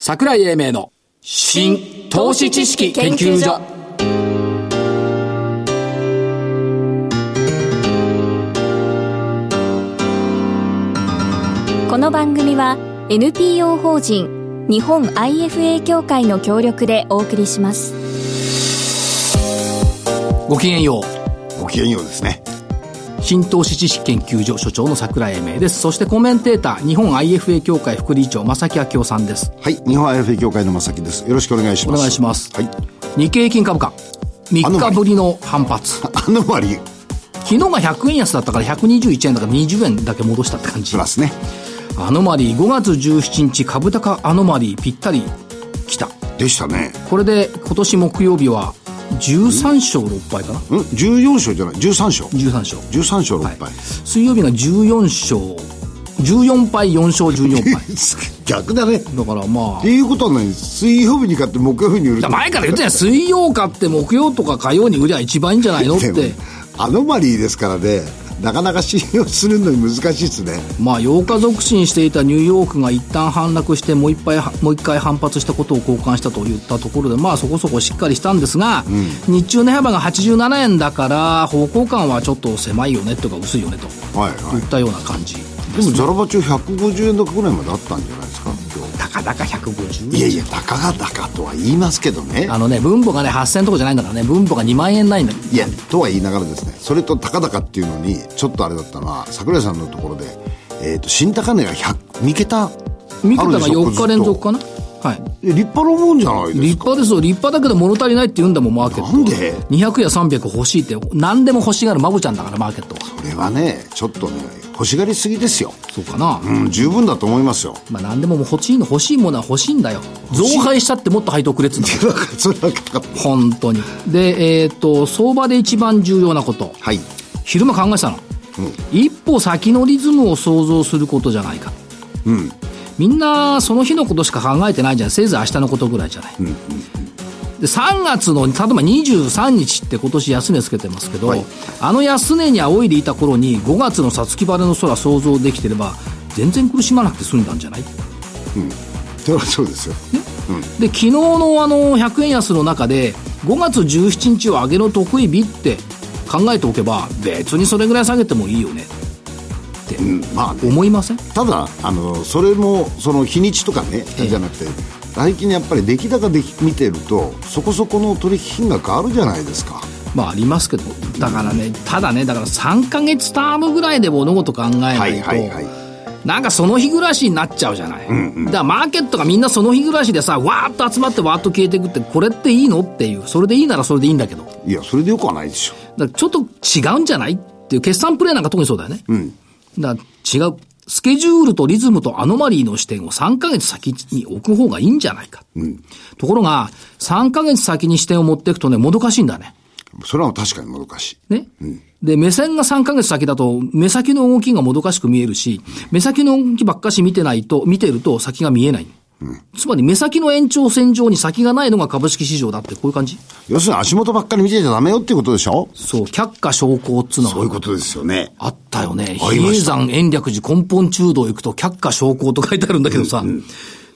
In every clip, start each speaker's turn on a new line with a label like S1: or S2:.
S1: 桜井英明の新投資知識研究所
S2: この番組は NPO 法人日本 IFA 協会の協力でお送りします
S1: ごきげんよう
S3: ごきげんようですね
S1: 新投資知識研究所所長の桜井英明ですそしてコメンテーター日本 IFA 協会副理事長正木明夫さんです
S3: はい日本 IFA 協会の正木ですよろしくお願いし
S1: お
S3: ます
S1: 願いします、
S3: はい
S1: 日経平均株価3日ぶりの反発
S3: あの割り
S1: 昨日が100円安だったから121円だから20円だけ戻したって感じ
S3: プラスね
S1: アノマリー5月17日株高アノマリーぴったりきた
S3: でしたね
S1: これで今年木曜日は13勝6敗かなん
S3: 14勝じゃない13勝
S1: 13勝
S3: 13勝6敗、
S1: 水曜日が14勝14敗4勝14敗
S3: 逆だねっ
S1: だからまあ
S3: ていうことはね水曜日に買って木曜日に売る
S1: だから前から言ってたやん水曜買って木曜とか火曜に売りゃ一番いいんじゃないのっ
S3: で
S1: て
S3: もアノマリーですからねなかな か信用するのに難しいですね
S1: まあ8日続伸していたニューヨークが一旦反落してもう一回もう一回反発したことを交換したといったところでまあそこそこしっかりしたんですが、日中値幅が87円だから方向感はちょっと狭いよねとか薄いよねと
S3: はいはい
S1: ったような感じ
S3: でもザラバ中150円高ぐらいまであったんじゃないですか今日
S1: たかだか150
S3: いやいや高が高とは言いますけどね
S1: あのね分母がね8000とかじゃないんだからね分母が2万円ないんだ
S3: いやとは言いながらですねそれと高々っていうのにちょっとあれだったのは桜井さんのところで、えー、と新高値が100桁
S1: 三桁が4日連続か
S3: な
S1: なはい
S3: 立派なもんじゃないで
S1: 立
S3: すか
S1: 派ですよ立派だけど物足りないって言うんだもんマーケットは
S3: なんで
S1: 200や300欲しいって何でも欲しがる孫ちゃんだからマーケットは
S3: これはねちょっとね欲しがりすぎですよ
S1: そうかな、
S3: うん十分だと思いますよ
S1: まあ何でももう欲しいの欲しいものは欲しいんだよ増配したってもっと配当くれっつうんだ
S3: だからそれはかかった
S1: 本当にでえっ、と相場で一番重要なこと
S3: はい
S1: 昼間考えてたの、一歩先のリズムを想像することじゃないか
S3: うん
S1: みんなその日のことしか考えてないじゃんせいぜい明日のことぐらいじゃない、で3月の例えば23日って今年安値つけてますけど、
S3: はい
S1: あの安値に仰いでいた頃に5月の五月晴れの空想像できてれば全然苦しまなくて済んだんじゃない
S3: それはそうですよ
S1: で昨日のあの100円安の中で5月17日を上げの得意日って考えておけば別にそれぐらい下げてもいいよね
S3: うんまあね
S1: 思いません
S3: ただあのそれもその日にちとかねじゃなくて最近やっぱり出来高で見てるとそこそこの取引金額あるじゃないですか
S1: まあありますけどだからねただねだから3ヶ月タームぐらいで物事考えないと、
S3: はいはいはい
S1: なんかその日暮らしになっちゃうじゃない、だからマーケットがみんなその日暮らしでさわーっと集まってわーっと消えていくってこれっていいのっていうそれでいいならそれでいいんだけどだか
S3: いやそれでよくはないでしょ
S1: らちょっと違うんじゃないっていう決算プレーなんか特にそうだよね、だから違うスケジュールとリズムとアノマリーの視点を3ヶ月先に置く方がいいんじゃないか、ところが3ヶ月先に視点を持っていくとねもどかしいんだね
S3: それは確かにもどかしい
S1: ね。で、目線が3ヶ月先だと、目先の動きがもどかしく見えるし、目先の動きばっかし見てないと、見てると先が見えない。つまり目先の延長線上に先がないのが株式市場だって、こういう感じ
S3: 要するに足元ばっかり見てちゃダメよっていうことでしょ
S1: そう、却下昇降っつうの
S3: そういう
S1: が
S3: ことですよね
S1: あったよね。
S3: あ
S1: 比
S3: りま
S1: 叡
S3: した
S1: 山延暦寺根本中道行くと、却下昇降と書いてあるんだけどさ、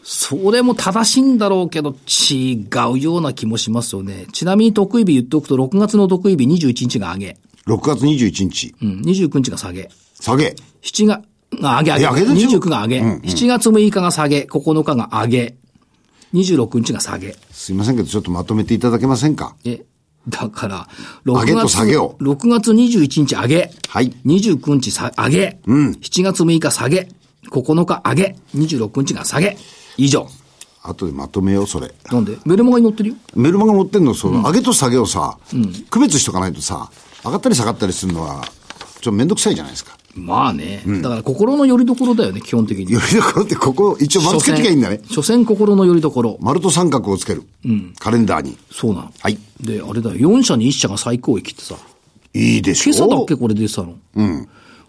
S1: それも正しいんだろうけど、違うような気もしますよね。ちなみに得意日言っておくと、6月の得意日21日が上げ、
S3: 6月21日
S1: うん、29日が下げ。
S3: 下げ
S1: 7月、が上げ上
S3: い
S1: げ。
S3: や上げでしょ
S1: 29が上げ、7月6日が下げ。9日が上げ。26日が下げ。
S3: すいませんけどちょっとまとめていただけませんか
S1: え、だから、
S3: 上げと下げを
S1: 6月21日上げ。
S3: はい
S1: 29日さ上げ。7月6日下げ。9日上げ。26日が下げ。以上。
S3: 後でまとめようそれ
S1: なんでメルマガに載ってるよ。
S3: メルマガ持ってんのその、上げと下げをさ、区別しとかないとさ上がったり下がったりするのはちょっと面倒くさいじゃないですか
S1: まあね。だから心の拠り所だよね、基本的に。
S3: よりどころってここ一応丸つけてきゃいいんだね
S1: 所詮心の拠り所。
S3: 丸と三角をつける、カレンダーに
S1: そうなの。
S3: はい
S1: で、あれだよ。4社に1社が最高益ってさ。
S3: いいでし
S1: 今朝
S3: ょ
S1: だっけこれ出てたの。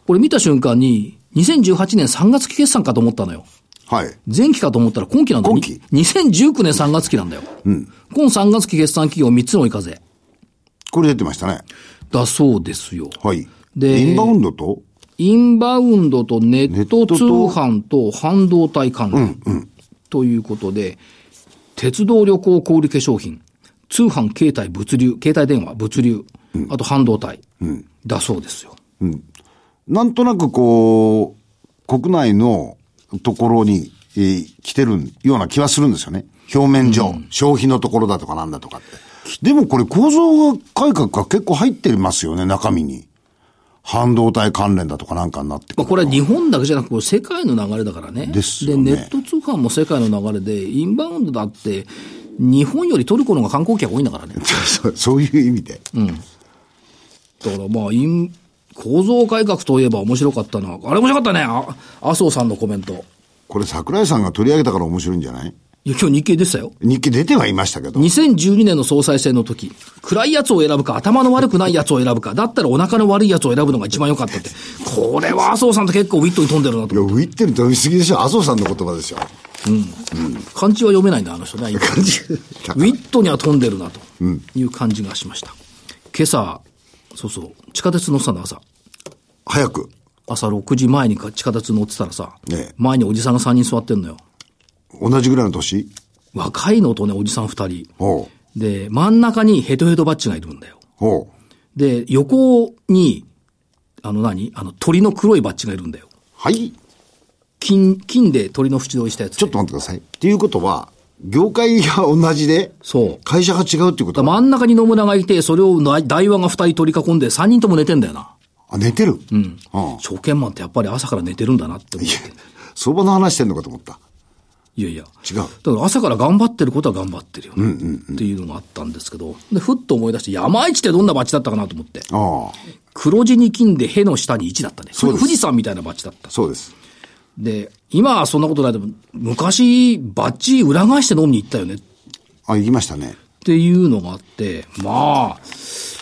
S1: これ見た瞬間に、2018年3月期決算かと思ったのよ。
S3: はい
S1: 前期かと思ったら今期なんだよ。
S3: 今期
S1: に2019年3月期なんだよ。今3月期決算企業3つの追い風。
S3: これ出てましたね
S1: だそうですよ。
S3: はい
S1: で
S3: インバウンドと
S1: インバウンドとネット
S3: ネット
S1: 通
S3: と
S1: 販と半導体関連。ということで、鉄道旅行小売化粧品、通販携帯物流、携帯電話物流、あと半導体、だそうですよ。
S3: なんとなくこう、国内のところに、えー来てるような気はするんですよね。表面上、消費のところだとかなんだとかって。でもこれ構造改革が結構入ってますよね、中身に。半導体関連だとかなんかになってく
S1: まあ、
S3: る。
S1: これは日本だけじゃなく、これ世界の流れだからね。
S3: ですよね
S1: ネット通販も世界の流れで、インバウンドだって、日本よりトルコの方が観光客多いんだからね。
S3: そう そういう意味で。
S1: だからまあ、イン構造改革といえば面白かったな。あれ面白かったね。あ麻生さんのコメント。
S3: これ桜井さんが取り上げたから面白いんじゃない
S1: いや、今日日経でしたよ。
S3: 日記出てはいましたけど。
S1: 2012年の総裁選の時、暗いやつを選ぶか、頭の悪くないやつを選ぶか、だったらお腹の悪いやつを選ぶのが一番良かったって。これは麻生さんと結構ウィットに富んでるなと
S3: いや、
S1: 思って。
S3: ウィッテル飛びすぎでしょ。麻生さんの言葉ですよ。
S1: 漢字は読めないんだ、あの人ね。今
S3: 感 じ。
S1: ウィットには富んでるなという感じがしました。今朝、そうそう、地下鉄乗ってたんだ、朝。
S3: 早く。
S1: 朝6時前にか地下鉄乗ってたらさ、
S3: ええ
S1: 前におじさんが3人座ってんのよ。
S3: 同じぐらいの年
S1: 若いのとね、おじさん2人。
S3: ほ
S1: で、真ん中にヘトヘトバッジがいるんだよ
S3: う。。ほう。
S1: で、横に、あの何あの鳥の黒いバッジがいるんだよ。
S3: はい。
S1: 金、金で鳥の縁取りしたやつ。
S3: ちょっと待ってください。っていうことは、業界が同じで、
S1: そう
S3: 会社が違うっていうこと
S1: だから真ん中に野村がいて、それをな台湾が2人取り囲んで、3人とも寝てんだよな。
S3: あ、寝てる。うん。あ
S1: 証券マンってやっぱり朝から寝てるんだなって思って。
S3: 相場の話してんのかと思った。
S1: いやいや。
S3: 違う。
S1: だから朝から頑張ってることは頑張ってるよね。っていうのがあったんですけど、で、ふっと思い出して、山一ってどんなバッジだったかなと思って。
S3: ああ。
S1: 黒地に金で、への下に1だったね。それ
S3: そうです
S1: 富士山みたいなバッジだった。
S3: そうです。
S1: で、今はそんなことないでも、昔、バッジ裏返して飲みに行ったよねっ
S3: あ、行きましたね。
S1: ていうのがあって、まあ、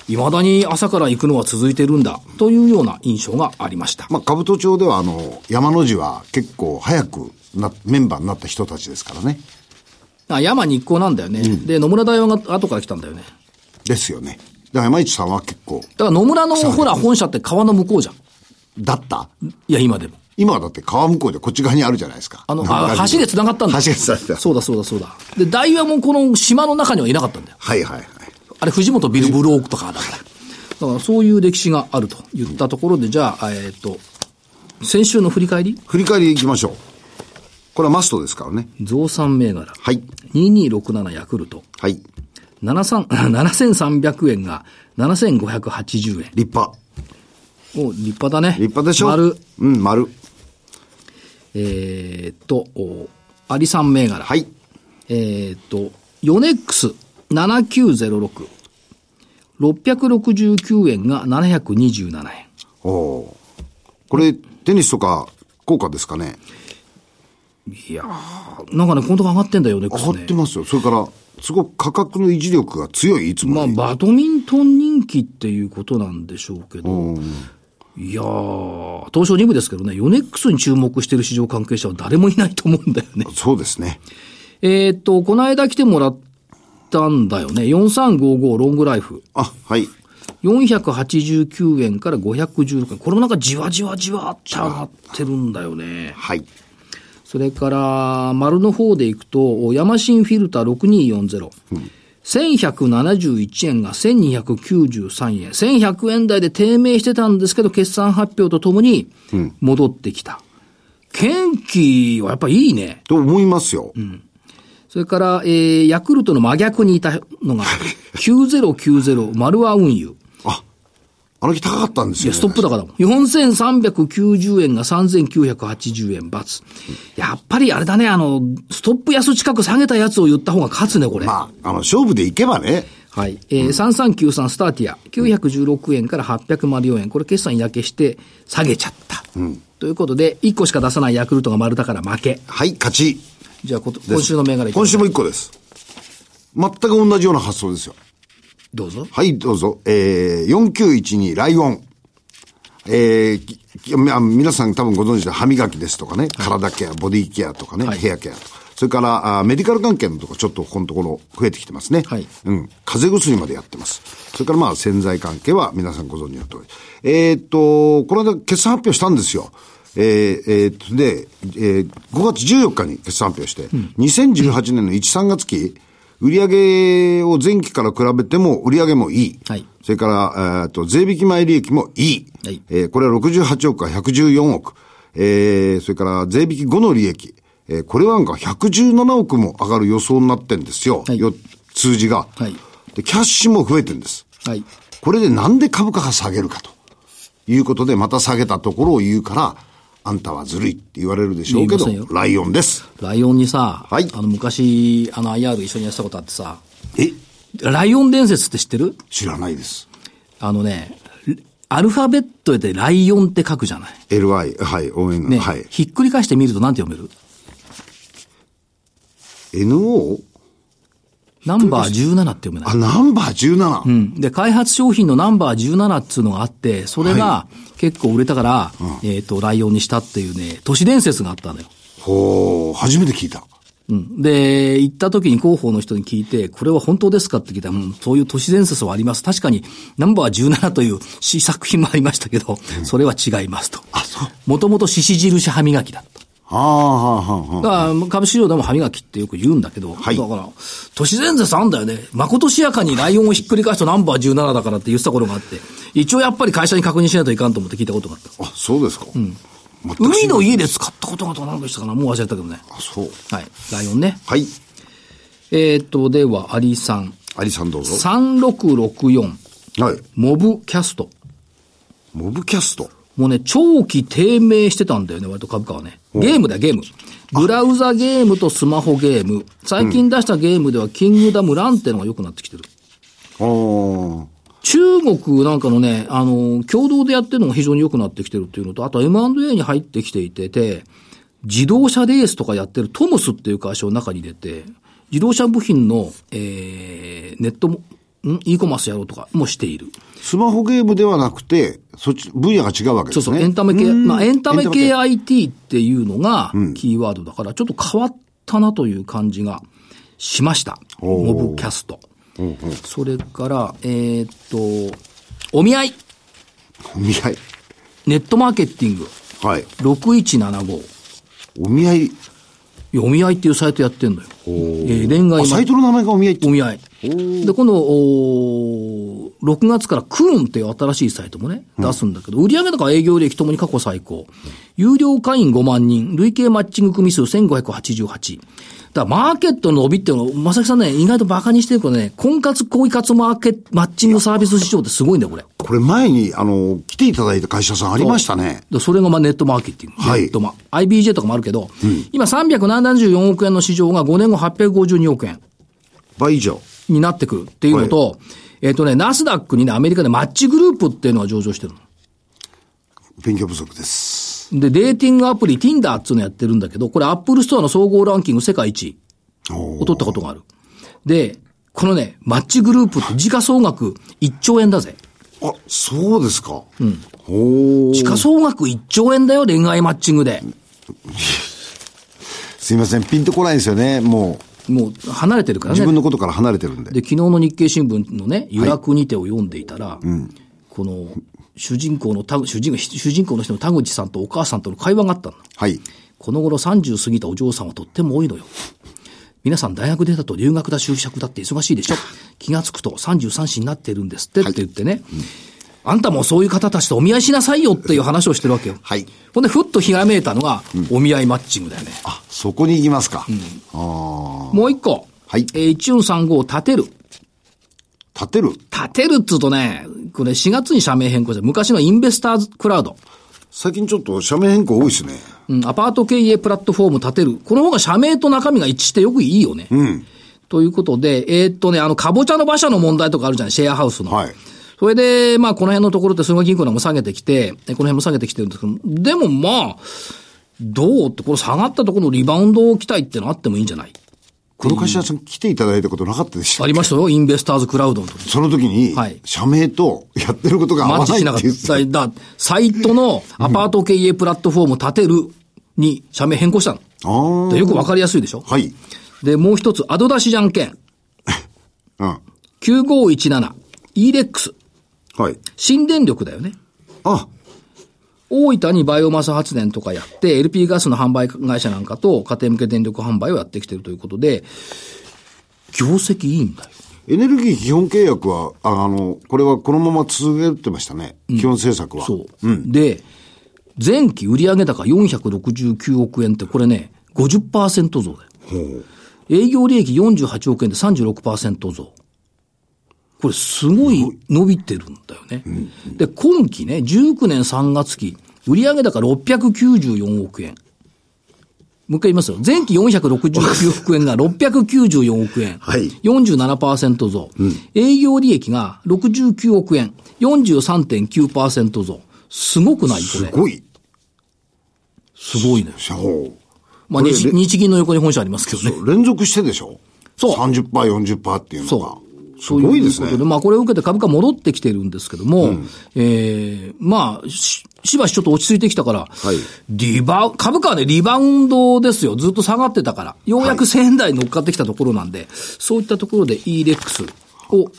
S1: 未だに朝から行くのは続いてるんだ、というような印象がありました。
S3: まあ、兜町では、あの、山の字は結構早くな、メンバーになった人たちですからね。
S1: あ山日光なんだよね。で、野村大王が後から来たんだよね。
S3: ですよね。だから山市さんは結構、
S1: だから野村のほら本社って川の向こうじゃん。
S3: だった
S1: いや、今でも。
S3: 今はだって川向こうでこっち側にあるじゃないですか。
S1: あの、
S3: なん
S1: あ
S3: か
S1: 橋で繋がったんだ。
S3: 橋で繋がった。
S1: そうだそうだそうだ。で、ダイヤもこの島の中にはいなかったんだよ。
S3: はいはいはい。
S1: あれ、藤本ビルブロークとかだから。だからそういう歴史があると言ったところで、じゃあ、えっ、と、先週の振り返り
S3: 振り返りいきましょう。これはマストですからね。
S1: 増産銘柄。
S3: はい。
S1: 2267ヤクルト。
S3: はい。立
S1: 73 7300円が7580円。
S3: 派。
S1: お、立派だね。
S3: 立派でしょ
S1: 丸。
S3: うん、丸。
S1: えーっと、おアリさん銘柄。
S3: はい。
S1: えーっと、ヨネックス7906。669円が727円。
S3: おおー。これ、テニスとか、効果ですかね。
S1: いやー、なんかね、このとこ上がってんだよ、ヨネックス
S3: 上が
S1: ね
S3: って。ますよ。それから、すごく価格の維持力が強い、いつ
S1: ま
S3: も
S1: あ、
S3: より。
S1: バドミントン人気っていうことなんでしょうけど、いやー、東証2部ですけどね、ヨネックスに注目してる市場関係者は誰もいないと思うんだよね。
S3: そうですね。
S1: えーっと、この間来てもらったんだよね、4355ロングライフ。
S3: あ、はい。
S1: 489円から516円。これもなんかじわじわじわって上がってるんだよね。
S3: はい。
S1: それから、丸の方でいくと、ヤマシンフィルター6240。1171円が1293円。1100円台で低迷してたんですけど、決算発表とともに戻ってきた。元気はやっぱいいね。
S3: と思いますよ。
S1: それから、えー、ヤクルトの真逆にいたのが、9090丸和運輸。
S3: あ、あの日高かったんです
S1: い
S3: よ、
S1: や、
S3: ね。
S1: ストップ高だもん。4390円が3980円罰。やっぱりあれだね、あの、ストップ安近く下げたやつを言った方が勝つね、これ。
S3: まあ、あの、勝負でいけばね。
S1: はい。えー3393スターティア、916円から804円。これ決算嫌けして下げちゃった。ということで、1個しか出さないヤクルトが丸だから負け。
S3: はい、勝ち。
S1: じゃあこと、今週の銘柄いきま
S3: 今
S1: し
S3: 週
S1: ょう
S3: も一個です。全く同じような発想ですよ。
S1: どうぞ。
S3: はい、どうぞ。えー、4912ライオン。えーききみあ皆さん多分ご存知で歯磨きですとかね、体ケア、ボディケアとかね、
S1: はい
S3: ヘアケアとか。それから、あメディカル関係のところ、ちょっとここのところ増えてきてますね。
S1: はい
S3: うん。風邪薬までやってます。それからまあ潜在関係は皆さんご存知の通り。えーっと、この間決算発表したんですよ。えーえーで、えー5月14日に決算発表して、2018年の1、3月期、売上を前期から比べても売上もいい。
S1: はい
S3: それから、えーと、税引き前利益もいい。
S1: はい
S3: えーこれは68億から114億。えーそれから税引き後の利益。えーこれはなんか117億も上がる予想になってんですよ。
S1: はい
S3: よ数字が、
S1: はい
S3: で。キャッシュも増えてんです。
S1: はい。
S3: これでなんで株価が下げるかということで、また下げたところを言うから、あんたはずるいって言われるでしょうけど
S1: 言いませんよ、
S3: ライオンです。
S1: ライオンにさ、
S3: はい
S1: あの、昔、あの、IR 一緒にやってたことあってさ、
S3: え
S1: ライオン伝説って知ってる
S3: 知らないです。
S1: あのね、アルファベットでライオンって書くじゃない。
S3: LI、はい、応援が、
S1: ね、
S3: はい。
S1: ひっくり返してみるとなんて読める
S3: NO?
S1: ナンバー17って読めない
S3: あ、。ナンバー17。
S1: うんで、開発商品のナンバー17っつうのがあって、それが結構売れたから、えっ、と、ライオンにしたっていうね、都市伝説があったのよ。
S3: ほう、初めて聞いた。
S1: うん。で、行った時に広報の人に聞いて、これは本当ですかって聞いたら、うん、そういう都市伝説はあります。確かに、ナンバー17という詩作品もありましたけど、それは違いますと。
S3: そう。
S1: もともと獅子印歯磨きだと。
S3: はあ、はあ、はあ、はあ。
S1: だから、株式市場でも歯磨きってよく言うんだけど、
S3: はい
S1: だから、都市伝説あんだよね。誠しやかにライオンをひっくり返すとナンバー17だからって言ってた頃があって、一応やっぱり会社に確認しないといかんと思って聞いたことがあった。
S3: あ、そうですか。うん。
S1: 海の家で使ったことがどうなのでしたかなもう忘れたけどね。
S3: あ、そう。
S1: はい。ライオンね。
S3: はい。
S1: えーっと、では、アリさん。
S3: アリさんどうぞ。
S1: 3664、
S3: はい。
S1: モブキャスト。
S3: モブキャスト。
S1: もうね、長期低迷してたんだよね、割と株価はね。ゲームだよ、ゲーム。ブラウザゲームとスマホゲーム。最近出したゲームでは、キングダムランってのが良くなってきてる。
S3: あー。
S1: 中国なんかのね、あの、共同でやってるのが非常に良くなってきてるっていうのと、あと M&A に入ってきていてて、自動車レースとかやってるトムスっていう会社を中に入れて、自動車部品の、えー、ネットも、ん e コマースやろうとかもしている。
S3: スマホゲームではなくて、そっち、分野が違うわけです
S1: そう
S3: ね。
S1: そう、エンタメ系、まあエンタメ
S3: エン
S1: 系
S3: タ
S1: IT っていうのがキーワードだから、ちょっと変わったなという感じがしました。
S3: おー
S1: モブキャスト。それから、えーっと、お見合い、
S3: お見合い。
S1: ネットマーケティング。
S3: はい。
S1: 6175。
S3: お見合い。
S1: いやお見合いっていうサイトやってんのよ。えー恋愛
S3: あ、
S1: マ
S3: サイトの名前がお見合いって
S1: お。見合い。で、この、おー6月からクーンっていう新しいサイトもね、出すんだけど、売上高営業利益ともに過去最高。有料会員5万人、累計マッチング組数1588。だからマーケットの伸びっていうのを、まさきさんね、意外とバカにしてるけどね、婚活、恋活マーケット、マッチングサービス市場ってすごいんだよ、これ。
S3: これ前に、あの、来ていただいた会社さんありましたね。
S1: でそれがまあネットマーケティング。
S3: はい
S1: ネットマ。IBJ とかもあるけど、今374億円の市場が5年後852億円
S3: 倍以上。
S1: になってくるっていうのと、えっ、とね、ナスダックにね、アメリカでマッチグループっていうのが上場してるの。
S3: 勉強不足です。
S1: で、デーティングアプリ Tinder っていうのやってるんだけど、これ Apple ストアの総合ランキング世界一位
S3: お
S1: を取ったことがある。で、このね、マッチグループって時価総額1兆円だぜ。
S3: あ、そうですか。うん。お
S1: 時価総額1兆円だよ、恋愛マッチングで。
S3: すいません、ピンとこないんですよね。も
S1: もう離れてるか
S3: う、
S1: らね。
S3: 自分のことから離れてるんで。
S1: で、昨日の日経新聞のね、油楽にてを読んでいたら、この、主人公の田口、主人主人公の人の田口さんとお母さんとの会話があったの。
S3: はい。
S1: この頃30過ぎたお嬢さんはとっても多いのよ。皆さん大学出たと留学だ就職だって忙しいでしょ。気がつくと33子になってるんですってって言ってね。あんたもそういう方たちとお見合いしなさいよっていう話をしてるわけよ。
S3: はい
S1: ほんで、ふっとひらめいたのが、お見合いマッチングだよね。
S3: あ、そこに行きますか。あ
S1: もう一個。
S3: はい
S1: えー、1435を立てる。
S3: あ、立てる。
S1: 立てるっつうとね、これ4月に社名変更した昔のインベスターズクラウド、
S3: 最近ちょっと社名変更多いですね。
S1: うん、アパート経営プラットフォーム立てる。この方が社名と中身が一致してよくいいよね。ということで、えーっとね、あの、かぼちゃの馬車の問題とかあるじゃない、シェアハウスの。
S3: はい
S1: それで、まあ、この辺のところって、すごい銀行なんかも下げてきて、えこの辺も下げてきてるんですけど、でもまあ、どうって、この下がったところのリバウンドを期待ってのあってもいいんじゃない
S3: この会社さん来ていただいたことなかったでした
S1: あ
S3: っ
S1: り
S3: け
S1: ましたよ、インベスターズクラウドの時。
S3: その時に
S1: はい、
S3: 社名とやってることが合
S1: マッ
S3: わ
S1: チ
S3: ない
S1: しなか
S3: っ
S1: って
S3: 言ってた
S1: た。だからサイトのアパート経営プラットフォームを立てるに社名変更したの。
S3: あー
S1: でよくわかりやすいでしょ
S3: はい。
S1: で、もう一つ、アドダシじゃんけん。
S3: うん。
S1: 9517。e レックス。
S3: はい。
S1: 新電力だよね。
S3: あ、
S1: 大分にバイオマス発電とかやって、LP ガスの販売会社なんかと家庭向け電力販売をやってきてるということで、業績いいんだよ。
S3: エネルギー基本契約は、ああの、これはこのまま続けてましたね。基本政策は。
S1: そう。で、前期売上高469億円って、これね、50%増だよ。営業利益48億円で36%増。これすごい伸びてるんだよね。で、今期ね、19年3月期、売上高694億円。もう一回言いますよ。前期469億円が694億円。
S3: はい
S1: 47%増、営業利益が69億円。43.9%増。すごくないこ
S3: す
S1: れ。
S3: ごい。
S1: すごいね。
S3: そう。
S1: まあ
S3: これ
S1: 日、
S3: れ
S1: 日銀の横に本社ありますけどね。
S3: 連続してでしょ
S1: そう
S3: 30%、40%っていうのが
S1: そ。
S3: すごいです
S1: とうことで、
S3: ね。
S1: まあこれを受けて株価戻ってきてるんですけども、ええまあ、し、しばしちょっと落ち着いてきたから、
S3: い
S1: リバウ、株価はね、リバウンドですよ。ずっと下がってたから。ようやく1000円台に乗っかってきたところなんで、そういったところで e レックスを、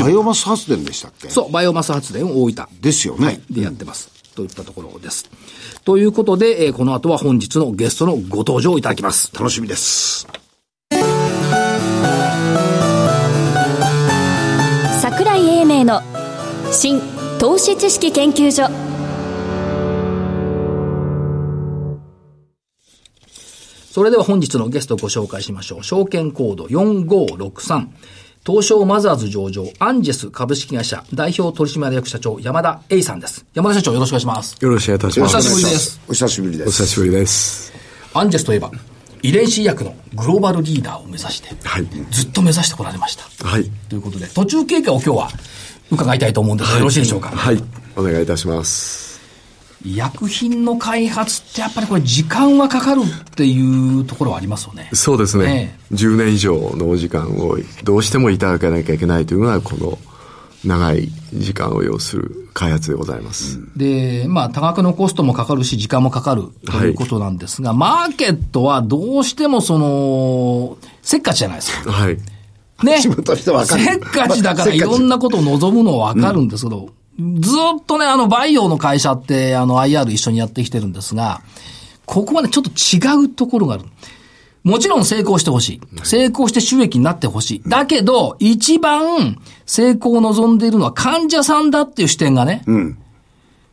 S3: バイオマス発電でしたっけ
S1: そう、バイオマス発電を大分
S3: ですよね。
S1: でやってます。といったところです。ということで、えーこの後は本日のゲストのご登場いただきます。
S3: 楽しみです。
S2: 桜井英明の新投資知識研究所
S1: それでは本日のゲストをご紹介しましょう。証券コード4563。東証マザーズ上場、アンジェス株式会社代表取締役社長、山田栄さんです。山田社長、よろしくお願いします。
S4: よろしくお願いいたし
S1: お
S4: ます。
S1: 久しぶりです。
S3: お久しぶりで
S4: お久
S3: す。
S4: しぶりです。
S1: アンジェスといえば、遺伝子医薬のグローバルリーダーを目指して、
S4: はい
S1: ずっと目指してこられました。
S4: はい。
S1: ということで、途中経過を今日は伺いたいと思うんですが、よろしいでしょうか。
S4: はい。お願いいたします。
S1: 医薬品の開発ってやっぱりこれ時間はかかるっていうところはありますよね。
S4: そうですね。
S1: え
S4: 10年以上のお時間をどうしてもいただかなきゃいけないというのが、この長い時間を要する開発でございます。
S1: で、まあ多額のコストもかかるし時間もかかるということなんですが、マーケットはどうしてもその、せっかちじゃないですか。
S4: はい。
S1: ね。
S3: 仕事してわかる
S1: せっかちだか
S3: せ
S1: ら
S3: っ
S1: い
S3: かち
S1: ろんなことを望むのはわかるんですけど、ずっとね、あの、バイオの会社って、あの、IR 一緒にやってきてるんですが、ここまでちょっと違うところがある。もちろん成功してほしい。成功して収益になってほしい。だけど、一番成功を望んでいるのは患者さんだっていう視点がね、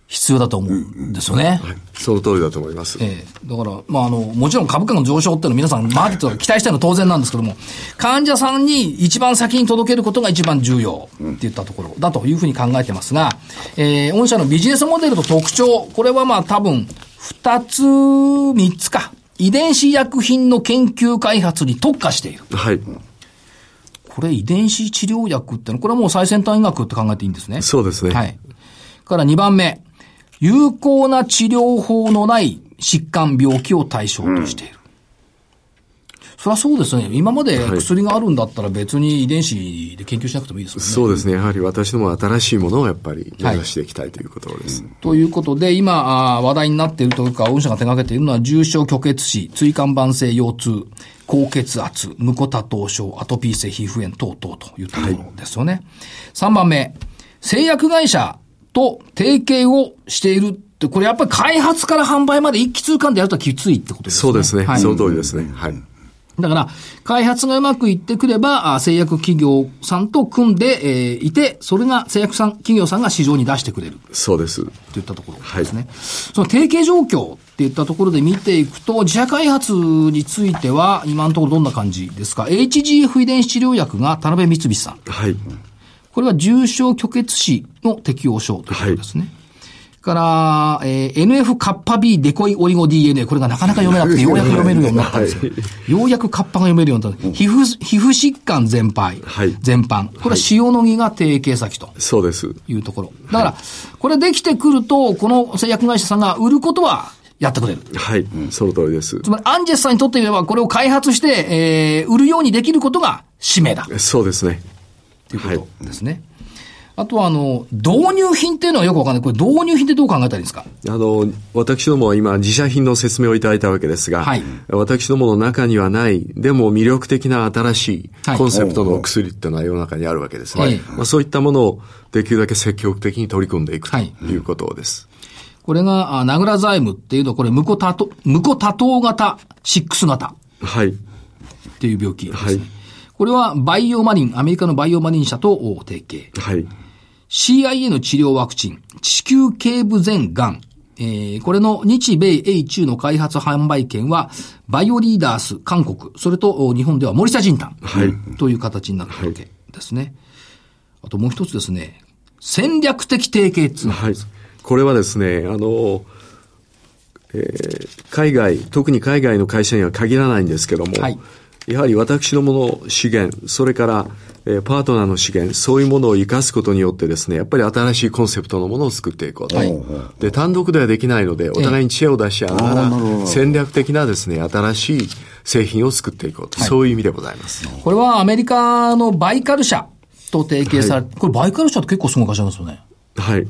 S1: 必要だと思うんですよね。
S4: その通りだと思います。
S1: ええ、だから、まあ、あの、もちろん株価の上昇っていうのは皆さん、マーケットが期待したいのは当然なんですけども、患者さんに一番先に届けることが一番重要って言ったところだというふうに考えてますが、えー御社のビジネスモデルと特徴、これはまあ多分、二つ、三つか。遺伝子医薬品の研究開発に特化している。
S4: はい。
S1: これ遺伝子治療薬ってのは、これはもう最先端医学って考えていいんですね。
S4: そうですね
S1: はい。から2番目。有効な治療法のない疾患病気を対象としている。そりゃそうですね。今まで
S4: はい
S1: 薬があるんだったら別に遺伝子で研究しなくてもいいですもんね。
S4: そうですね。やはり私ども新しいものをやっぱり目指していきたいということです。
S1: ということで、今、あー話題になっているというか、御社が手掛けているのは、重症虚血死、椎間板性腰痛、高血圧、無固多糖症、アトピー性皮膚炎等々といったところですよね。3番目、製薬会社と提携をしているって、これやっぱり開発から販売まで一気通貫でやるときついってことですね。
S4: そうですね。
S1: はい
S4: その通りですね。はい。
S1: だから、開発がうまくいってくれば、あ製薬企業さんと組んで、えーいて、それが製薬さん、企業さんが市場に出してくれる。
S4: そうです。
S1: といったところですね。その提携状況っていったところで見ていくと、自社開発については、今のところどんな感じですか ?HGF 遺伝子治療薬が田辺三菱さん。
S4: はい。
S1: これは重症虚血死の適用症ということですね。から、えー NF カッパ B デコイオリゴ DNA。これがなかなか読めなくて、ようやく読めるようになったんですよ。ようやくカッパが読めるようになった。皮膚、皮膚疾患全般。
S4: はい
S1: 全般。これは塩野義が提携先と。
S4: そうです。
S1: いうところ。だから、これできてくると、この製薬会社さんが売ることはやってくれる。
S4: はい。その通りです。
S1: つまり、アンジェスさんにとってみれば、これを開発して、えー売るようにできることが使命だ。
S4: そうですね。
S1: ということですね。あとは、あの、導入品っていうのはよくわかんない。これ、導入品ってどう考えたらいいんですか
S4: あの、私どもは今、自社品の説明をいただいたわけですが、
S1: はい
S4: 私どもの中にはない、でも魅力的な新し
S1: はい
S4: いコンセプトのお薬っていうのは世の中にあるわけですね。
S1: はい
S4: まあ、そういったものをできるだけ積極的に取り組んでいくと
S1: はい
S4: いうことです。
S1: これが、あ名倉財務っていうと、これ、無庫多頭、無庫多頭型、シックス型
S4: はい。
S1: っていう病気ですね。
S4: はい
S1: これは、バイオマリン、アメリカのバイオマリン社とお提携。
S4: はい。
S1: CIA の治療ワクチン、子宮頸部前がん、えーこれの日米英中の開発販売権は、バイオリーダース、韓国、それとお日本では森下仁丹、という形になったわけですね。あともう一つですね、戦略的提携っていうのが
S4: はい。これはですね、あの、えー海外、特に海外の会社には限らないんですけども、
S1: はい
S4: やはり私のもの、資源、それから、えーパートナーの資源、そういうものを生かすことによってですね、やっぱり新しいコンセプトのものを作っていこうと。で、単独ではできないので、お互いに知恵を出し合いながら、戦略的なですね、新しい製品を作っていこうと、そういう意味でございます。
S1: これはアメリカのバイカル社と提携され、これバイカル社って結構すごい会社なんですよね。
S4: はい。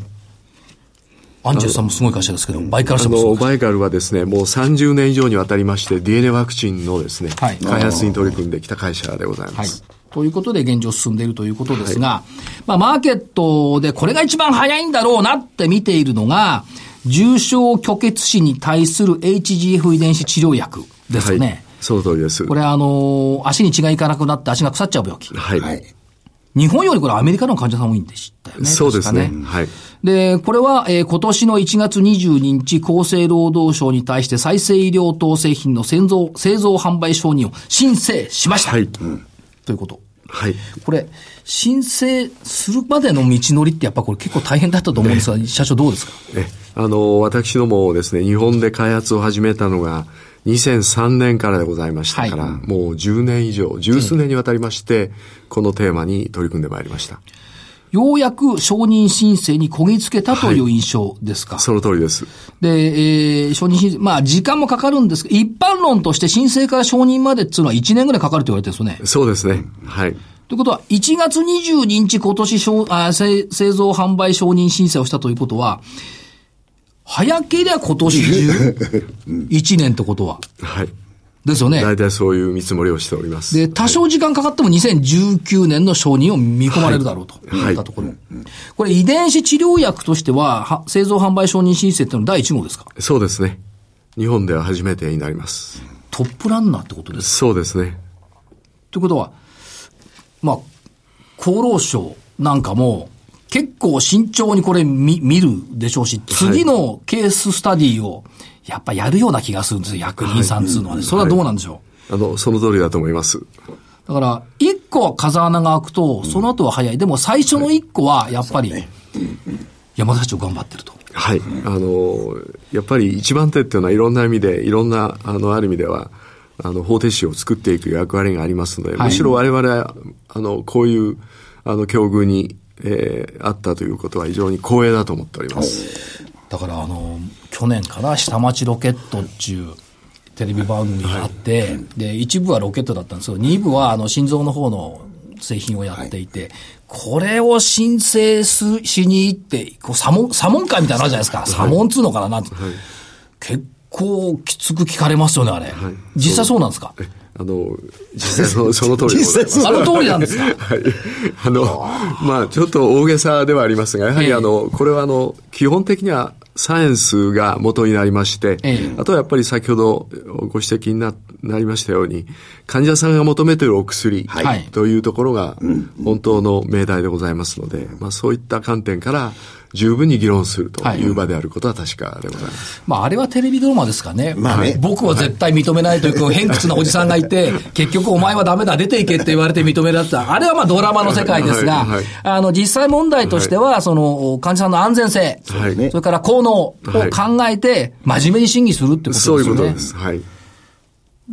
S1: アンジェルさんもすごい会社ですけど、バイカル
S4: あ
S1: 社もす
S4: の、
S1: ごい会社。
S4: バイカルはですね、もう30年以上にわたりまして、DNA ワクチンのですね、
S1: はい
S4: 開発に取り組んできた会社でございま
S1: はい
S4: す。。
S1: ということで現状進んでいるということですが、まあマーケットでこれが一番早いんだろうなって見ているのが、重症虚血死に対する HGF 遺伝子治療薬ですよね。
S4: はいその通りです。
S1: これあのー足に血がいかなくなって足が腐っちゃう病気。
S4: はい、
S3: はい。
S1: 日本よりこれアメリカの患者さん多いんでしたよね。
S4: そうですね
S1: 確か
S4: はい。
S1: で、これは、えー今年の1月22日、厚生労働省に対して再生医療等製品の製造、製造販売承認を申請しました。
S4: はい。
S1: ということ。
S4: はい。
S1: これ、申請するまでの道のりってやっぱこれ結構大変だったと思うんですが、社長どうですか
S4: え、あの、私どもですね、日本で開発を始めたのが、2003年からでございましたから、
S1: はい
S4: もう10年以上、十数年にわたりまして、このテーマに取り組んでまいりました。
S1: ようやく承認申請にこぎつけたという印象ですか、
S4: その通りです。
S1: で、えー承認申請、まあ時間もかかるんですけど、一般論として申請から承認までっていうのは1年ぐらいかかると言われてるんですよね。
S4: そうですね。はい。
S1: ということは、1月22日今年承あ製製造販売承認申請をしたということは、早ければ今年中、1年ってことは。
S4: はい。
S1: ですよね。
S4: 大体そういう見積もりをしております。
S1: で、多少時間かかっても2019年の承認を見込まれるだろうと
S4: は
S1: い
S4: い
S1: ったところ。これ遺伝子治療薬としては、は製造販売承認申請っていうのは第1号ですか
S4: そうですね。日本では初めてになります。
S1: トップランナーってことです。
S4: そうですね。
S1: ということは、まあ、厚労省なんかも、結構慎重にこれ見、見るでしょうし、次のケーススタディを、やっぱやるような気がするんですよ、役人さんっつうのはね。それはどうなんでしょう。
S4: あの、その通りだと思います。
S1: だから、一個は風穴が開くと、その後は早い。でも最初の一個は、やっぱり、山田社長頑張ってると。
S4: はい。あの、やっぱり一番手っていうのはいろんな意味で、いろんな、あの、ある意味では、あの、方程式を作っていく役割がありますので、
S1: はい
S4: むしろ我々は、あの、こういう、あの、境遇に、えーあったということは非常に光栄だと思っております。
S1: だから、あの、去年から下町ロケットっていうテレビ番組があって、で、一部はロケットだったんですけど、二部は、あの、心臓の方の製品をやっていて、これを申請す、しに行って、こう、サモン、サモン会みたいなのあるじゃないですか。サモンっつうのかななんて、結構きつく聞かれますよね、あれ。実際そうなんですか
S4: あの、実際その、その通りでございます。
S1: あの通りなんですか
S4: はい。あの、まあ、ちょっと大げさではありますが、やは
S1: ええ
S4: りあの、これはあの、基本的にはサイエンスが元になりまして、
S1: ええ
S4: あとはやっぱり先ほどご指摘にななりましたように、患者さんが求めているお薬
S1: はい
S4: というところが本当の命題でございますので、まあそういった観点から十分に議論すると
S1: はい
S4: いう場であることは確かでございます。
S1: まあ、あれはテレビドラマですかね。
S3: まあね
S1: 僕は絶対認めないという、こう偏屈なおじさんがいて、結局お前はダメだ、出ていけって言われて認められた。あれはまあドラマの世界ですが
S4: はいはいはい、
S1: あの、実際問題としては、その、患者さんの安全性、
S4: はい
S3: ね
S1: それから効能を考えて、真面目に審議するってことですよ
S4: そうい
S1: ね。
S4: うことです。はい。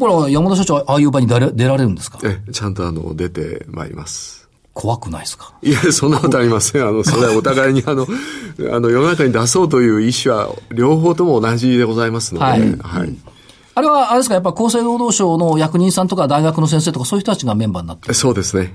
S1: これは山田社長、ああいう場に出られ出られるんですか
S4: えちゃんとあの、出てまいります。
S1: 怖くないですか
S4: いや、そんなことありません。あの、それはお互いに、あの、あの、世の中に出そうという意思は、両方とも同じでございますので、
S1: は
S4: はいい。
S1: あれは、あれですか、やっぱ厚生労働省の役人さんとか大学の先生とかそういう人たちがメンバーになってる
S4: そうですね。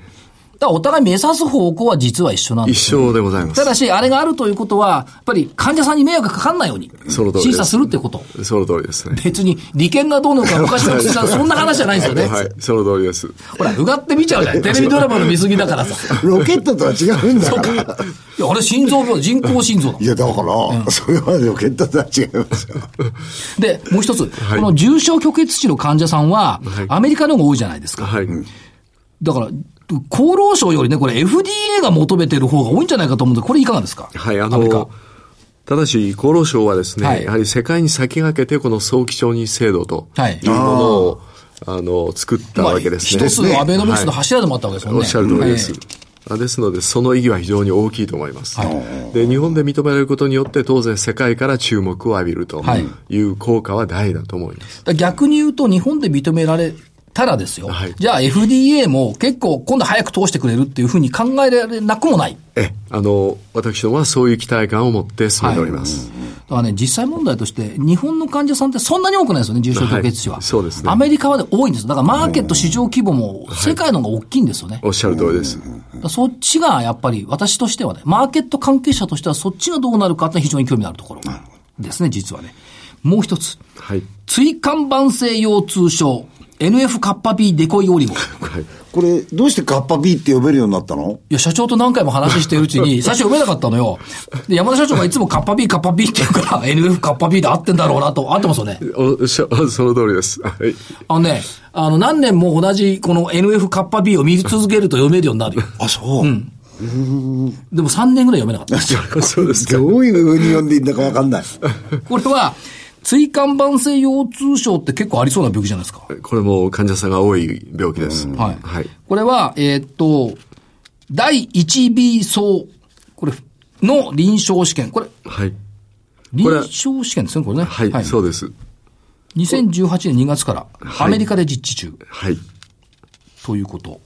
S1: だからお互い目指す方向は実は一緒なんで
S4: 一
S1: す。
S4: 緒でございま
S1: た
S4: す。
S1: だし、あれがあるということは、やっぱり患者さんに迷惑かかんないように、
S4: その通りです
S1: 審査するってこと。
S4: その通りですね。
S1: 別に利権がどうのかおかしなそんな話じゃないんですよね。
S4: はい、その通りです。
S1: ほら、うがって見ちゃうじゃん。テレビドラマの見過ぎだからさ。
S3: ロケットとは違うんだから。
S1: いや、あれ心臓病、人工心臓だもん
S3: いや、だから、それはロケットとは違いますよ。
S1: で、もう一つ、
S4: い
S1: この重症虚血死の患者さんは、アメリカの方が多いじゃないですか。
S4: はい。
S1: だから、厚労省よりね、これ FDA が求めてる方が多いんじゃないかと思うんで、これいかがですか
S4: はい、あ
S1: アメリカ
S4: の、ただし、厚労省はですね、
S1: はい
S4: やはり世界に先駆けて、この早期承認制度と
S1: はい
S4: いうものを、あの、作ったわけですね。
S1: 一つのアベノミクスの柱でもあったわけですもんね。
S4: おっしゃる通りです。
S1: ええ
S4: あですので、その意義は非常に大きいと思います、で、日本で認められることによって、当然世界から注目を浴びると
S1: はい
S4: いう効果は大だと思います。
S1: だから逆に言うと、日本で認められたらですよ、
S4: はい
S1: じゃあ FDA も結構、今度早く通してくれるっていうふうに考えられなくもない。
S4: え、あの、私どもはそういう期待感を持って進めております。
S1: だからね、実際問題として、日本の患者さんってそんなに多くないですよね、重症虚血死は、
S4: はいそうですね
S1: アメリカは、ね、多いんですだからマーケット市場規模も世界の方が大きいんですよね。
S4: おっしゃる通りです。
S1: だからそっちがやっぱり、私としてはね、マーケット関係者としては、そっちがどうなるかって非常に興味のあるところですね、実はね。もう一つ。
S4: はい。
S1: 椎間板性腰痛症、NF カッパ B デコイオリゴ。
S4: はい。
S3: これ、どうしてカッパ B って呼べるようになったの
S1: いや、社長と何回も話してるうち に、最初読めなかったのよ。で、山田社長がいつもカッパ B、カッパ B って言うから、NF カッパ B で合ってんだろうなと、合ってますよね。
S4: おっしゃ、その通りです。はい。
S1: あのね、あの、何年も同じこの NF カッパ B を見続けると読めるようになるよ。
S3: あ、そう。
S1: でも3年ぐらい読めなかった。
S4: そうですか。
S3: どういうふうに呼んでいいんだかわかんない。
S1: これは、椎間板性腰痛症って結構ありそうな病気じゃないですか。
S4: これも患者さんが多い病気です。
S1: はい。
S4: はい。
S1: これは、えーっと、第 1B 層、これ、の臨床試験。これ、
S4: はい。
S1: 臨
S4: れ
S1: 床試験ですね、これね。
S4: はい、そうです。
S1: 2018年2月から、アメリカで実地中
S4: はい。
S1: ということ。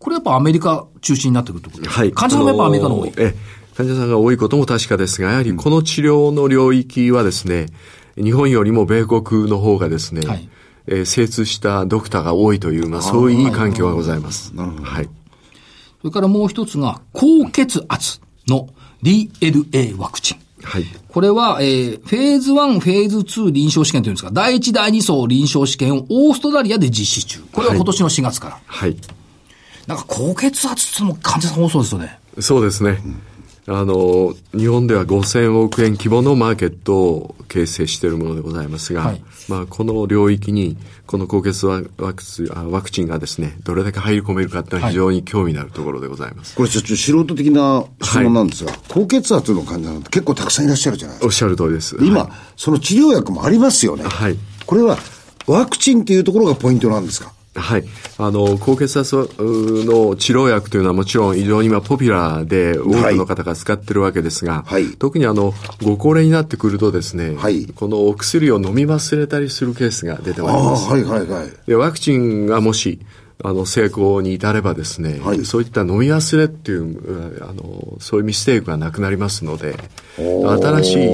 S1: これやっぱアメリカ中心になってくるってことです
S4: はい。
S1: 患者さんもやっぱアメリカの方が多い
S4: あ。ええ患者さんが多いことも確かですが、やはりこの治療の領域はですね、日本よりも米国の方がですね、
S1: はい
S4: えー精通したドクターが多いという、まあそういういい環境がございます。はい。
S1: それからもう一つが、高血圧の DLA ワクチン。
S4: はい。
S1: これは、えー、フェーズ1、フェーズ2臨床試験というんですが、第1、第2層臨床試験をオーストラリアで実施中。これは今年の4月から。
S4: はい。
S1: なんか高血圧っていうのも患者さん多そうですよね。
S4: そうですね。あの、日本では5000億円規模のマーケットを形成しているものでございますが、
S1: はい
S4: まあ、この領域に、この高血圧ワクチンあワクチンがですね、どれだけ入り込めるかっていうのは非常に興味のあるところでございます。
S3: これ、ちょっと素人的な質問なんですが、高血圧の患者さんって結構たくさんいらっしゃるじゃないです
S4: お
S3: か。
S4: っしゃる通りです。
S3: 今、
S4: はい
S3: その治療薬もありますよね。
S4: はい
S3: これは、ワクチンっていうところがポイントなんですか
S4: はい。あの、高血圧の治療薬というのはもちろん非常に今ポピュラーで多くの方が使ってるわけですが、
S3: はい
S4: 特にあの、ご高齢になってくるとですね、
S3: はい
S4: このお薬を飲み忘れたりするケースが出て
S3: あ
S4: まいります。
S3: はいはいはい。
S4: で、ワクチンがもし、あの、成功に至ればですね、
S3: はい
S4: そういった飲み忘れっていう、うんあの、そういうミステイクがなくなりますので、新しい、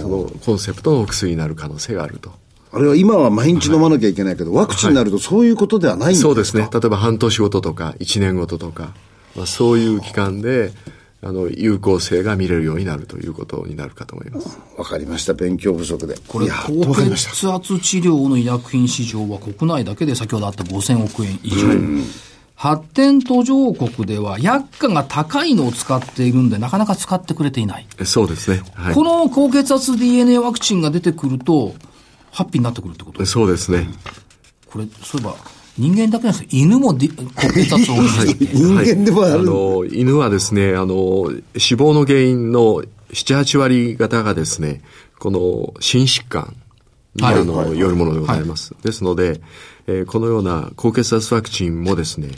S4: その、コンセプトのお薬になる可能性があると。
S3: あれは今は毎日飲まなきゃいけないけど、ワクチンになるとそういうことではないんですか、
S4: そうですね。例えば半年ごととか、1年ごととか、まあ、そういう期間で、あの、有効性が見れるようになるということになるかと思います。
S3: わかりました。勉強不足で。
S1: これ、
S3: や
S1: 高
S3: っとわかりました。
S1: 血圧治療の医薬品市場は国内だけで先ほどあった5000億円以上。発展途上国では薬価が高いのを使っているんで、なかなか使ってくれていない。
S4: えそうですね。はい
S1: こ。の高血圧 DNA ワクチンが出てくると、ハッピーになってくるってこと
S4: そうですね。
S1: これ、そういえば、人間だけじゃないですけど犬もディ高血圧を起きていて。
S3: 人間でもある
S4: はいの犬はですねあの死亡の原因の78割方がですねこの心疾患に、
S1: はい
S4: あのよるものでございます、ですので、えーこのような高血圧ワクチンもですね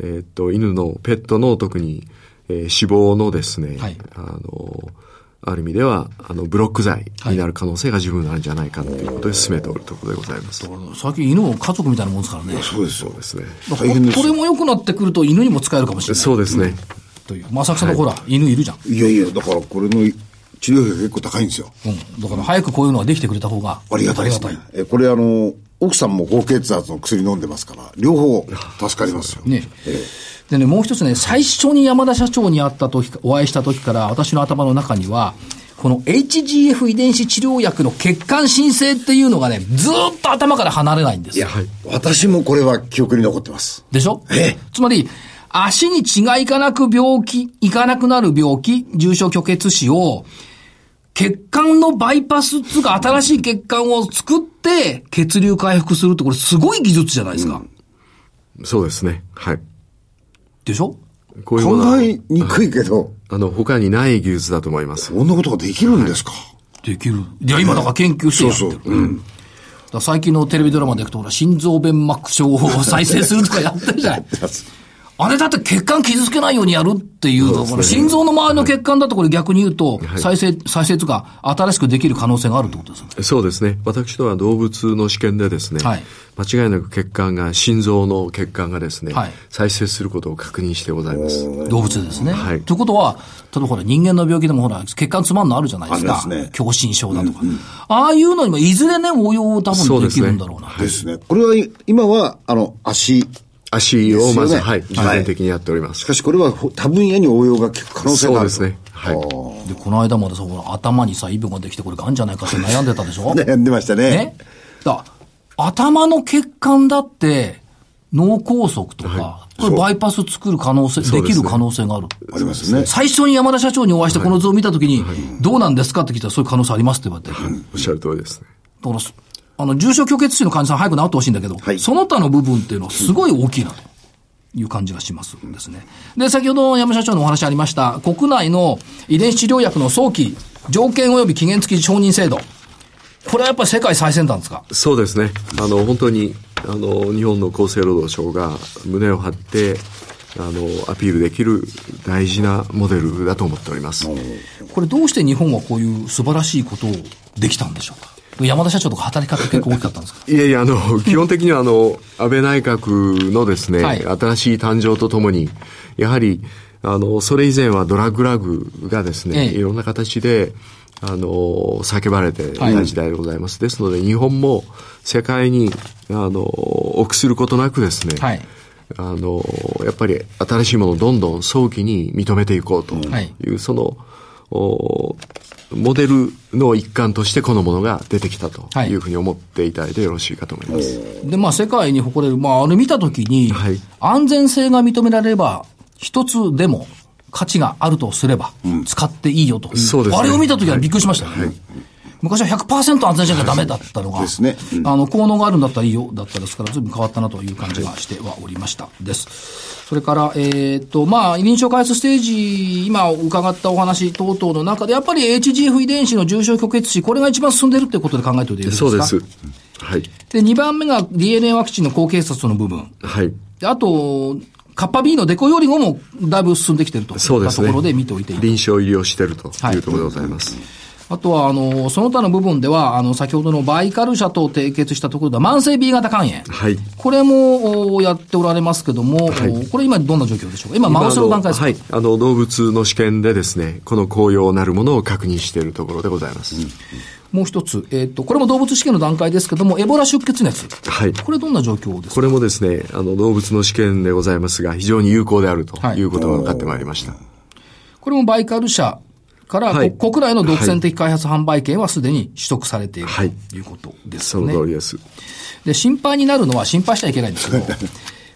S4: えーっと犬のペットの特に、えー死亡のですね、
S1: はい
S4: あのある意味ではあのブロック剤になる可能性が十分あるんじゃないかということで進めておるところでございます、
S1: 最近犬も家族みたいなもんですからね。
S3: そうですよ。
S4: そうですね
S1: こ
S3: 大変です
S1: これも良くなってくると犬にも使えるかもしれない。
S4: そうですね、
S1: という。まさきさんのほら、犬いるじゃん。
S3: いやいや、だからこれの治療費が結構高いんですよ。
S1: うん。だから早くこういうのができてくれた方が
S3: ありがたいです
S1: あり
S3: ね。えこれあの、奥さんも高血圧の薬飲んでますから、両方助かりますよ。
S1: ね。でね、もう一つね、最初に山田社長に会った時か、お会いした時から、私の頭の中には、この HGF 遺伝子治療薬の欠陥申請っていうのがね、ずーっと頭から離れないんですよ。
S4: はい。
S3: 私もこれは記憶に残ってます。
S1: でしょ
S3: ええ
S1: つまり、足に血がいかなく病気、いかなくなる病気、重症虚血死を、血管のバイパスっつうか、新しい血管を作って、血流回復するって、これすごい技術じゃないですか。
S4: そうですね。はい。
S1: でしょ
S4: こういうものは
S3: 考えにくいけど、
S4: あの、他にない技術だと思います。
S3: こんなことができるんですか。
S1: できる。いや、今だから研究してやってる。
S3: そう
S1: うんだから最近のテレビドラマでいくと、ほら、心臓弁膜症を再生するとかやってるじゃ ない。あれだって血管傷つけないようにやるっていうところ、心臓の周りの血管だとこれ逆に言うと、再生、再生とか、新しくできる可能性があるってことですよね。
S4: そうですね。私どもは動物の試験でですね、
S1: はい
S4: 間違いなく血管が、心臓の血管がですね、
S1: はい
S4: 再生することを確認してございます。
S1: 動物ですね。
S4: はい
S1: ということは、例えばほら、人間の病気でもほら、血管詰まるのあるじゃないですか。
S3: ありますね
S1: 狭心症だとか。ああいうのにも、いずれね、応用を多分できるんだろうな。
S3: ですね。これは、今は、あの、足。
S4: 足をま
S3: です
S4: ず、
S3: よね
S4: はい、
S3: はい
S4: 実践的にやっておりま
S3: し
S4: す。
S3: かしこれはほ多分野に応用が効く可能性が
S4: そ
S3: あ
S4: う
S3: ると。
S4: ですね。はい。
S1: で、この間までさ、ほら、頭にさ、イブができて、これがんじゃないかって悩んでたでしょ
S3: 悩んでましたね
S1: ね。だ頭の血管だって、脳梗塞とか、これバイパス作る可能性、できる可能性がある。
S3: ありますね。
S1: 最初に山田社長にお会いして、この図を見たときに、どうなんですかって聞いたら、そういう可能性ありますって言われて。
S4: おっしゃる通りですね。
S1: だからそ、あの、重症虚血死の患者さん早く治ってほしいんだけど、
S3: はい
S1: その他の部分っていうのはすごい大きいなという感じがしますですね。で、先ほど山社長のお話ありました、国内の遺伝子治療薬の早期、条件及び期限付き承認制度。これはやっぱり世界最先端ですか
S4: そうですね。あの、本当に、あの、日本の厚生労働省が胸を張って、あの、アピールできる大事なモデルだと思っております。
S1: これどうして日本はこういう素晴らしいことをできたんでしょうか山田社長とか働き方結構大きかったんですか
S4: いやいや、あの、 基本的には、あの、安倍内閣のですね、
S1: はい
S4: 新しい誕生とともに、やはり、あの、それ以前はドラッグラグがですね、
S1: ええ
S4: いろんな形で、あの、叫ばれてい
S1: はい
S4: た時代でございます。ですので、日本も世界に、あの、臆することなくですね、
S1: はい
S4: あの、やっぱり新しいものをどんどん早期に認めていこうという、
S1: はい
S4: その、おモデルの一環としてこのものが出てきたと
S1: はい
S4: いうふうに思っていただいてよろしいかと思います。
S1: で、まあ世界に誇れる、まああれ見たときに、
S4: はい
S1: 安全性が認められれば、一つでも価値があるとすれば、使っていいよと、
S4: そうですね
S1: あれを見たときはびっくりしましたね。昔は100%安全性がダメだったのが、
S3: ですねう
S1: あの、効能があるんだったらいいよ、だったですから、随分変わったなという感じがしてはおりました。です。それから、えっ、と、まあ、臨床開発ステージ、今伺ったお話等々の中で、やっぱり HGF 遺伝子の重症虚血死、これが一番進んでるっていうことで考えておいていいですか
S4: そうです。はい。
S1: で、2番目が DNA ワクチンの高警察の部分。
S4: はい。
S1: であと、カッパ B のデコよりももだいぶ進んできてるといったと
S4: そうですね。
S1: ころで見ておいていい
S4: 臨床医療してると
S1: はい
S4: いうところでございます。
S1: あとは、あの、その他の部分では、あの、先ほどのバイカル社と締結したところでは、慢性 B 型肝炎。
S4: はい。
S1: これもおやっておられますけども、おこれ今どんな状況でしょうか今、
S4: 今
S1: 回すの段階ですか、
S4: はい。あの、動物の試験でですね、この紅葉なるものを確認しているところでございます。
S1: もう一つ、えっ、と、これも動物試験の段階ですけども、エボラ出血熱。
S4: はい。
S1: これどんな状況ですか
S4: これもですね、あの、動物の試験でございますが、非常に有効であるということが分かってまいりました。
S1: これもバイカル社から、
S4: はい
S1: こ国内の独占的開発販売権はすでに取得されている、ということです
S4: そ
S1: よ
S4: の
S1: ね。
S4: 通りです。
S1: で、心配になるのは心配しちゃいけないんですけ ど、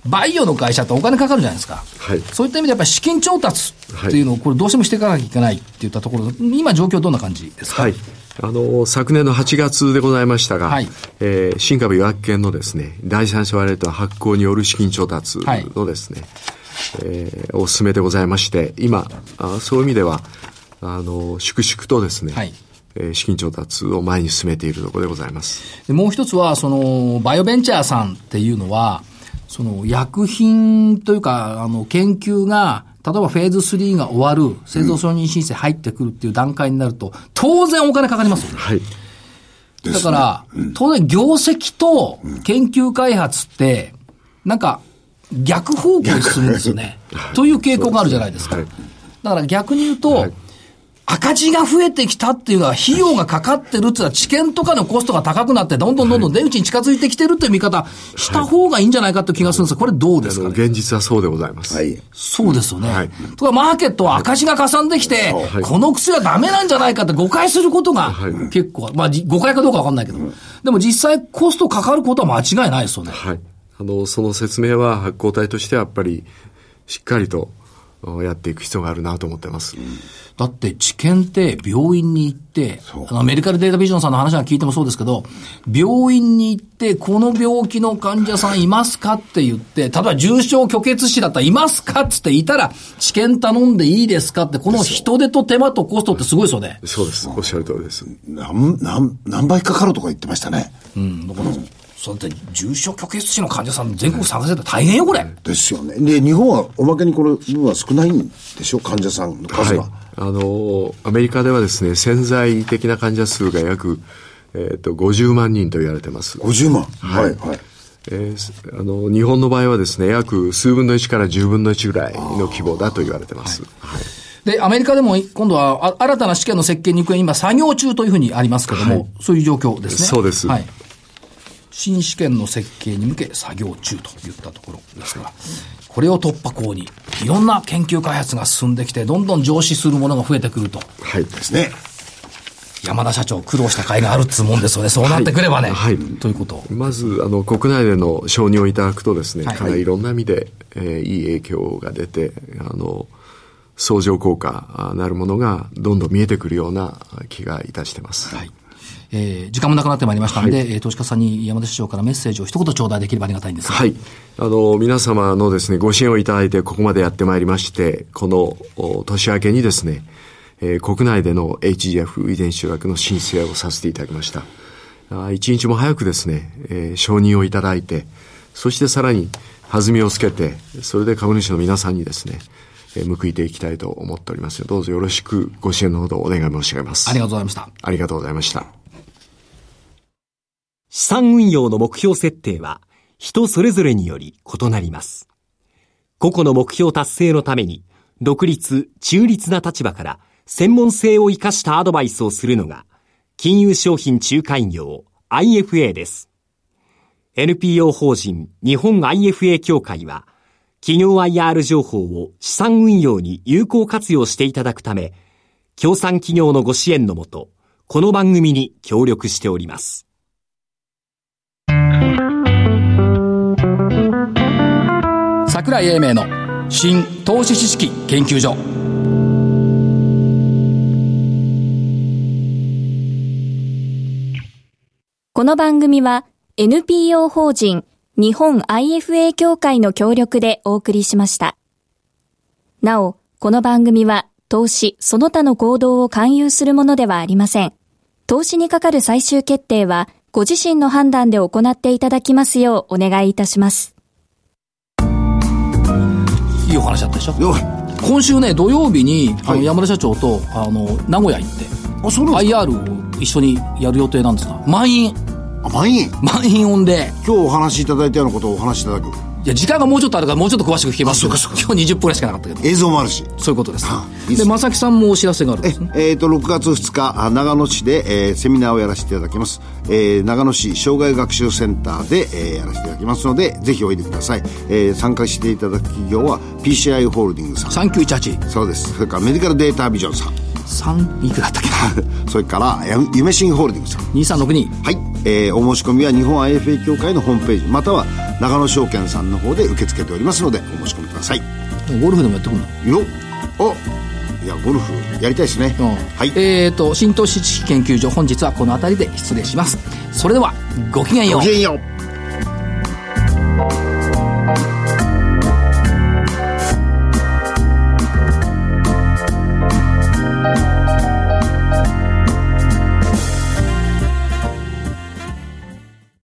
S1: バイオの会社ってお金かかるじゃないですか。
S4: はい
S1: そういった意味でやっぱり資金調達っていうのをこれどうしてもしていかなきゃいけないって言ったところ、今状況どんな感じですか
S4: はい。あの、昨年の8月でございましたが、
S1: はい
S4: えー新株予約券のですね、第三者割れと発行による資金調達のですね、えーお勧めでございまして、今、あそういう意味では、あの、粛々とですね、
S1: はい
S4: えー資金調達を前に進めているところでございます。
S1: でもう一つは、その、バイオベンチャーさんっていうのは、その、薬品というか、あの、研究が、例えばフェーズ3が終わる、製造承認申請入ってくるっていう段階になると、当然お金かかりますよね。
S4: はい。
S1: だから、当然業績と研究開発って、なんか逆方向に進むんですよね。という傾向があるじゃないですか。
S4: はい
S1: だから逆に言うと、赤字が増えてきたっていうのは、費用がかかってるっていうのは、知見とかのコストが高くなって、どんどんどんどん出口に近づいてきてるっていう見方、した方がいいんじゃないかって気がするんですが、これどうです
S4: あの
S1: かね。
S4: 現実はそうでございます。
S3: はい。
S1: そうですよね。
S4: はい
S1: とか、マーケットは赤字がかさんできて、
S4: い
S1: この薬はダメなんじゃないかって誤解することが
S4: はい
S1: 結構、まあ、じ誤解かどうかわかんないけど、でも実際コストかかることは間違いないですよね。
S4: はい。あの、その説明は発行体としてはやっぱり、しっかりとおやっていく必要があるなと思ってます。
S1: だって、治験って病院に行って
S3: う、
S1: あの、メディカルデータビジョンさんの話は聞いてもそうですけど、病院に行って、この病気の患者さんいますかって言って、例えば重症虚血死だったらいますかっつっていたら、治験頼んでいいですかって、この人手と手間とコストってすごいですよね。
S4: そうです。おっしゃる通りです。
S3: なん、なん、何倍かかるとか言ってましたね。
S1: だから、そうだって重症虚血死の患者さん全国探せたら大変よ、これ。
S3: ですよね。で、日本はおまけにこの分は少ないんでしょ患者さんの数は。
S4: はい、あのーアメリカではですね潜在的な患者数が約、えー、と50万人と言われてます、
S3: 50万。はい、はい。
S4: えーすあの日本の場合はですね約数分の1から10分の1ぐらいの規模だと言われてます、はい
S1: で、アメリカでも今度はあ新たな試験の設計に行方、今作業中というふうにありますけども、そういう状況ですね。
S4: そうです
S1: はい。新試験の設計に向け作業中といったところですが、これを突破口に、いろんな研究開発が進んできて、どんどん上司するものが増えてくると、
S4: はい
S3: ですね。
S1: 山田社長苦労した甲斐があるっつうもんですよね。そうなってくればね。
S4: はい
S1: ということを。
S4: まずあの国内での承認をいただくとですね、
S1: はい
S4: かなりいろんな意味で、えーいい影響が出てあの相乗効果あなるものがどんどん見えてくるような気がいたしてます、
S1: はい。えー時間もなくなってまいりましたので、えー投資家さんに山田社長からメッセージを一言頂戴できればありがたいんですが。
S4: はい。あの、皆様のですね、ご支援をいただいて、ここまでやってまいりまして、このお年明けにですね、えー国内での HGF 遺伝子予約の申請をさせていただきました。あー一日も早くですね、えー承認をいただいて、そしてさらに弾みをつけて、それで株主の皆さんにですね、えー報いていきたいと思っておりますどうぞよろしくご支援のほどお願い申し上げます。
S1: ありがとうございました。
S4: ありがとうございました。
S5: 資産運用の目標設定は人それぞれにより異なります。個々の目標達成のために独立、中立な立場から専門性を生かしたアドバイスをするのが金融商品仲介業 IFA です。NPO 法人日本 IFA 協会は企業 IR 情報を資産運用に有効活用していただくため、協賛企業のご支援のもと、この番組に協力しております。
S1: 桜井英明の新投資知識研究所
S2: この番組は NPO 法人日本 IFA 協会の協力でお送りしました。なお、この番組は投資その他の行動を勧誘するものではありません。投資にかかる最終決定はご自身の判断で行っていただきますようお願いいたします。
S1: いいお話だったでしょ
S3: よ
S1: 今週ね土曜日に、あの
S3: はい
S1: 山田社長とあの名古屋行って
S3: あ、そうなんです
S1: IR を一緒にやる予定なんですが満員
S3: か。あ、満員。
S1: 満員御礼
S3: 今日お話しいただいたようなことをお話しいただく。
S1: いや時間がもうちょっとあるからもうちょっと詳しく聞けますけど
S3: あそうか
S1: 今日20分ぐらいしかなかったけど
S3: 映像もあるし。
S1: そういうことです
S3: あいいっす
S1: で
S3: ね
S1: 正木さんもお知らせがあるん
S3: え
S1: ですね
S3: えーと6月2日あ長野市で、えーセミナーをやらせていただきます、えー長野市障害学習センターで、えーやらせていただきますのでぜひおいでください、えー参加していただく企業は PCI ホールディングスさん
S1: 3918
S3: そうですそれからメディカルデータビジョンさん
S1: 3いくらだったっけ
S3: それからや夢新ホールディングスさん
S1: 2362
S3: はい、えーお申し込みは日本 IFA 協会のホームページまたは長野証券さんの方で受け付けておりますのでお申し込みくださいよ
S1: ゴルフでもやってくんの
S3: おいやゴルフやりたいですね、
S1: うん
S3: はい
S1: えーと新投資知識研究所本日はこの辺りで失礼しますそれではごきげんよ
S3: ご
S1: う
S3: きげんよう